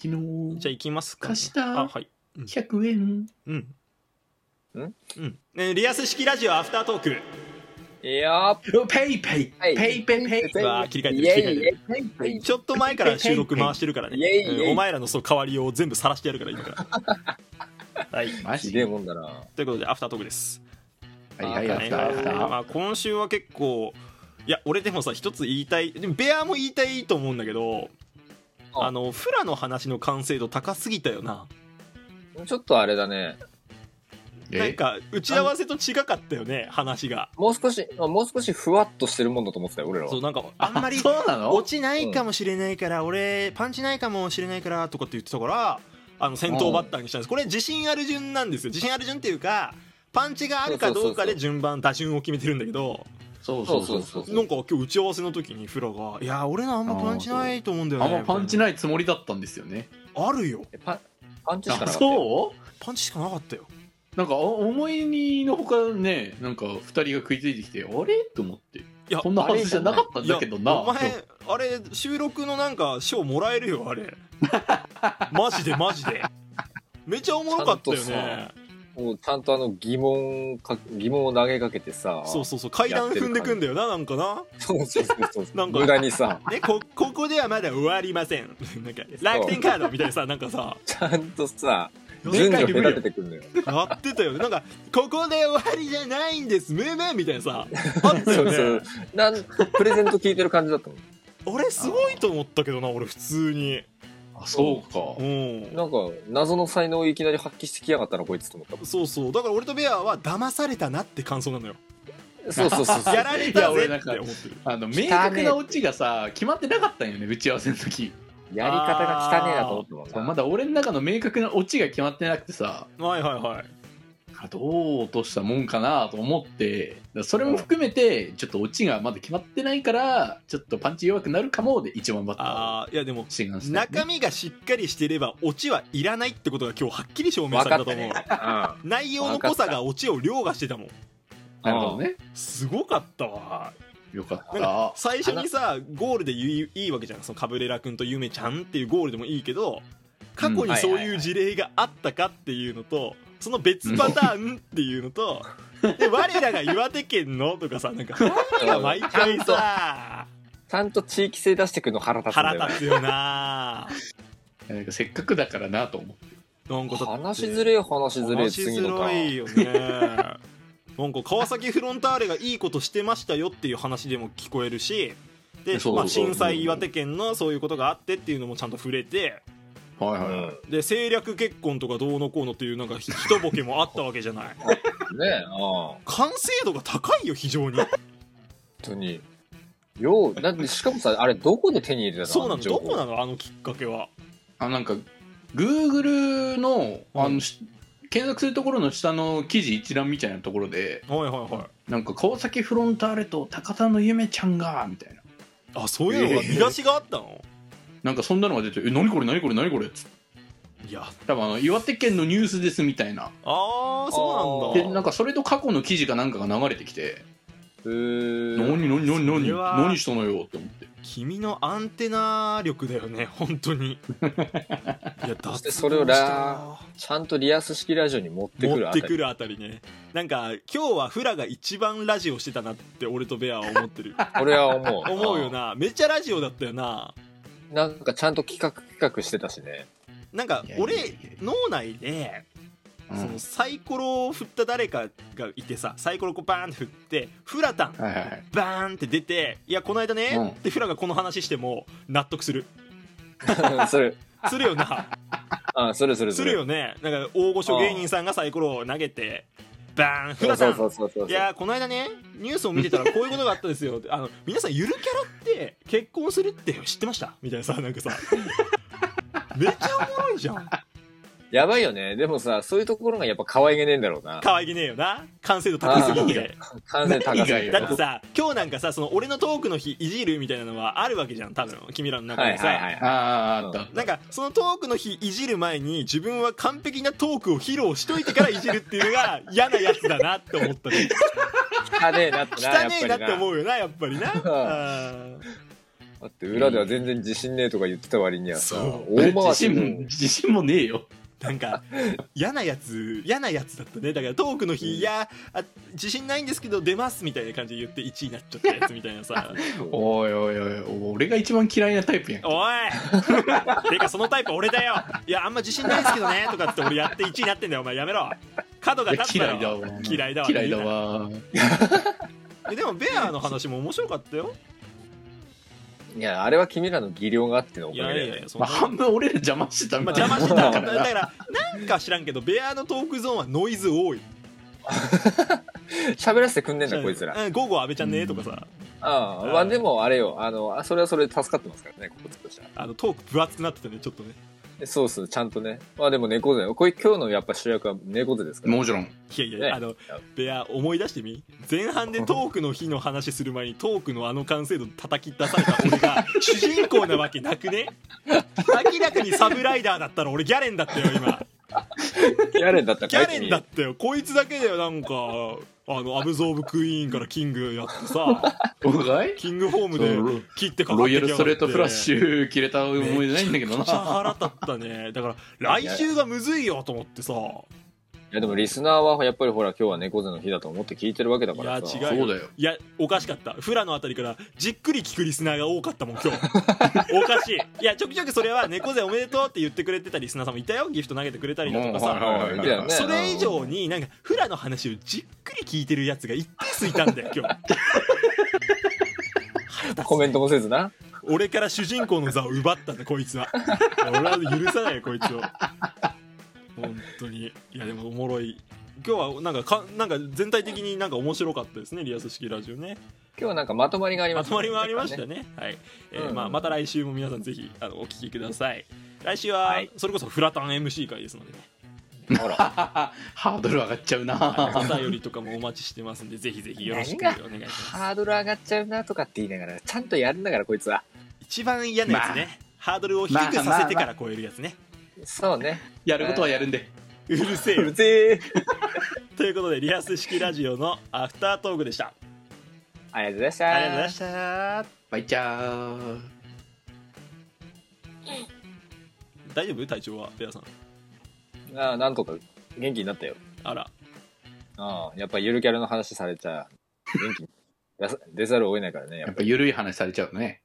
昨日、じゃあ行きますか、貸したあはい100円。うんんうん、ね、リアス式ラジオアフタートークいやーおペイペイ、はいペイペイペイ。うわー切り替えてるイェ切り替えてイるイェイイェイちょっと前から収録回してるからねイェイイェイうんお前らのそう変わりようを全部晒してやるから今から はいマひでえもんだなということでアフタートークですはいはい、あやーっねた、やっまた。あ、今週は結構いや俺でもさ一つ言いたいでもベアも言いたいと思うんだけどああのフラの話の完成度高すぎたよなちょっとあれだねなんえか打ち合わせと違かったよね話がもう少しあもう少しふわっとしてるもんだと思ってたよ俺らはそうなんかあんまりそうなの落ちないかもしれないから、俺パンチないかもしれないからとかって言ってたからあの先頭バッターにしたんですこれ自信ある順なんですよ自信ある順っていうかパンチがあるかどうかで順番打順を決めてるんだけどそうそうそうそう。そうなんか今日打ち合わせの時にフラが「いや俺のあんまパンチないと思うんだよあねん」まパンチいないつもりだったんですよね。あるよえパンパンチしかなあかったよそうパンチしかなかったよなんかお思いにのほかねなんか2人が食いついてきてあれと思っていやこんなはずじゃなかったんだけどいやなお前あれ収録のなんか賞もらえるよ あれマジでマジでめちゃおもろかったよちゃねもうちゃんとあの疑問か疑問を投げかけてさそうそうそう階段踏んでくんだよななんかなそうそうそうそうそうなんか無駄にさね、こ ここではまだ終わりません なんか楽天カードみたいなさなんかさちゃんとさで順っかい序夢隔ててくんのよやってたよねなんかここで終わりじゃないんですムームーみたいなさあったそようそうねなんプレゼント聞いてる感じだったもんあれすごいと思ったけどな俺普通にあそうかうんなんか謎の才能をいきなり発揮してきやがったなこいつと思ったもそうそうだから俺とベアは騙されたなって感想なのよんそうそう そうそうやられたいやぜ俺なんってか思ってるあの明確なオチがさ決まってなかったんよね打ち合わせの時やり方が汚ねえなと思ったもんそうなまだ俺の中の明確なオチが決まってなくてさはいはいはいあどう落としたもんかなと思ってだからそれも含めてちょっとオチがまだ決まってないからちょっとパンチ弱くなるかもで一番バッターをあーいやでも志願したよね中身がしっかりしてればオチはいらないってことが今日はっきり証明されたと思う分かったね内容の濃さがオチを凌駕してたもんなるほどねすごかったわよかっなんたか最初にさゴールで言いいいわけじゃんそのカブレラ君とゆめちゃんっていうゴールでもいいけど過去にそういう事例があったかっていうのとその別パターンっていうのとで我らが岩手県のとかさなんか我らが毎回さちゃんと地域性出してくるの腹立つんだよ腹立つよななんかせっかくだからなと思ってなんかだって話しづれえ話しづれえ話し次づのタらーンいよねなんか川崎フロンターレがいいことしてましたよっていう話でも聞こえるしそうそでうそうまあ、震災岩手県のそういうことがあってっていうのもちゃんと触れてはいはい、うで政略結婚とかどうのこうのっていうなんかひとぼけもあったわけじゃないんねえああ本完成度が高いよ非常に当にようだってしかもさあれどこで手に入れたの そうなあの情ど報こなのあのきっかけはあなんか Google のあうのんし検索するところの下の記事一覧みたいなところではいはいはいなんか川崎フロンターレと高田の夢ちゃんがみたいなあそういうのが見出しがあったの、なんかそんなのが出て「え何これ何これ何これ」っつっていや多分あの岩手県のニュースですみたいなああそうでなんだなんかそれと過去の記事かなんかが流れてきてへ「ー何何何そ何れは何したのよ」って思って君のアンテナ力だよね本当にいやだしてそれをラちゃんとリアス式ラジオに持ってくる持あったりてくるあたりねなんか今日はフラが一番ラジオしてたなって俺とベアは思ってる俺は思う思うよなめっちゃラジオだったよななんかちゃんと企画企画してたしね なんかいやいやいやい俺や脳内でうんそのサイコロを振った誰かがいてさサイコロこうバーンって振ってフラタンはいはいはいバーンって出ていやこの間ね、うんってフラがこの話しても納得するそれするよなあそれそれすそるれよねなんか大御所芸人さんがサイコロを投げてバーンフそうラタそうンそうそうそういやーこの間ねニュースを見てたらこういうことがあったんですよあの皆さんゆるキャラって結婚するって知ってましたみたいなさなんかさめっちゃおもろいじゃんやばいよねでもさそういうところがやっぱ可愛げねえんだろうな可愛げねえよな完成度高すぎて完全に高すぎ何てがだってさ今日なんかさその俺のトークの日いじるみたいなのはあるわけじゃん多分君らの中はでいさ、はいはいあーあったあったなんかそのトークの日いじる前に自分は完璧なトークを披露しといてからいじるっていうのが 嫌なやつだなって思ったね汚ねえなってな汚ねえなってう思うよなやっぱりなあーだって裏では全然自信ねえとか言ってた割にはさ、そう大回自し信もの自信もねえよ なんか嫌なやつ嫌なやつだったねだからトークの日、いやあ自信ないんですけど出ますみたいな感じで言って1位になっちゃったやつみたいなさおいおいおい俺が一番嫌いなタイプやんおいてかそのタイプ俺だよいやあんま自信ないですけどねとかって俺やって1位になってんだよお前やめろ角が立つ嫌だろいだわ嫌いだわ嫌いだわえでもベアの話も面白かったよいやあれは君らの技量があってのおいかやいげやいでやそんまなあ半分俺ら邪魔してたまみあ、たい邪な魔してたからだからなんか知らんけどベアのトークゾーンはノイズ多い喋らせてくんねえんだこいつらあうん、午後安倍ちゃんねとかさ、あまあでもあれよあのあそれはそれで助かってますからねこことしてはあのトーク分厚くなってたねちょっとねでそうっすちゃんとねまあでも猫背これ今日のやっぱ主役は猫背ですからもちろんいやいや、ねあのベア思い出してみ前半でトークの日の話する前にトークのあの完成度叩き出された俺が 主人公なわけなくね明らかにサブライダーだったら俺ギャレンだったよ今ギャレンだったギかいャレンだったよこいつだけだよなんかあのアブゾーブクイーンからキングやってさおかいキングホームそうロで切ってかかっロイてヤきやがってルストレートフラッシュ切れた思い出ないんだけどめっちゃな腹立ったねだから来週がむずいよと思ってさ君いやでもリスナーはやっぱりほら今日は猫背の日だと思って聞いてるわけだからさいや違そうだよ いやおかしかったフラのあたりからじっくり聞くリスナーが多かったもん今日 おかしいいやちょくちょくそれは猫背おめでとうって言ってくれてたリスナーさんもいたよギフト投げてくれたりだとかうんはいさはいうんいたよねそれ以上になんかフラの話をじっくり聞いてるやつが一定数いたんだよ今日腹立つコメントもせずな俺から主人公の座を奪ったんだこいつは俺は許さないよこいつを本当にいやでもおもろい今日はなんかかなんか全体的になんか面白かったですねリアス式ラジオね今日はなんかまとまりがありまましとたまね、りもありましたねはい、えーうんまあ、また来週も皆さんぜひあのお聞きください来週は、はいそれこそフラタン MC 会ですのでね、ほらハードル上がっちゃう はいなお便りとかもお待ちしてますんでぜひぜひよろしくお願いしますハードル上がっちゃうなとかって言いながらちゃんとやるんだからこいつは一番嫌なやつね、ハードルを低くさせてから超えるやつね、そうねやることはやるんでうるせえうよるせえということでリアス式ラジオのアフタートークでしたありがとうございましたありがとうございましたバイチャー大丈夫体調はペアさんああなんとか元気になったよあらああやっぱゆるキャラの話されちゃ元気に出さ出ざるを得ないからねややっっぱぱ緩い話されちゃうね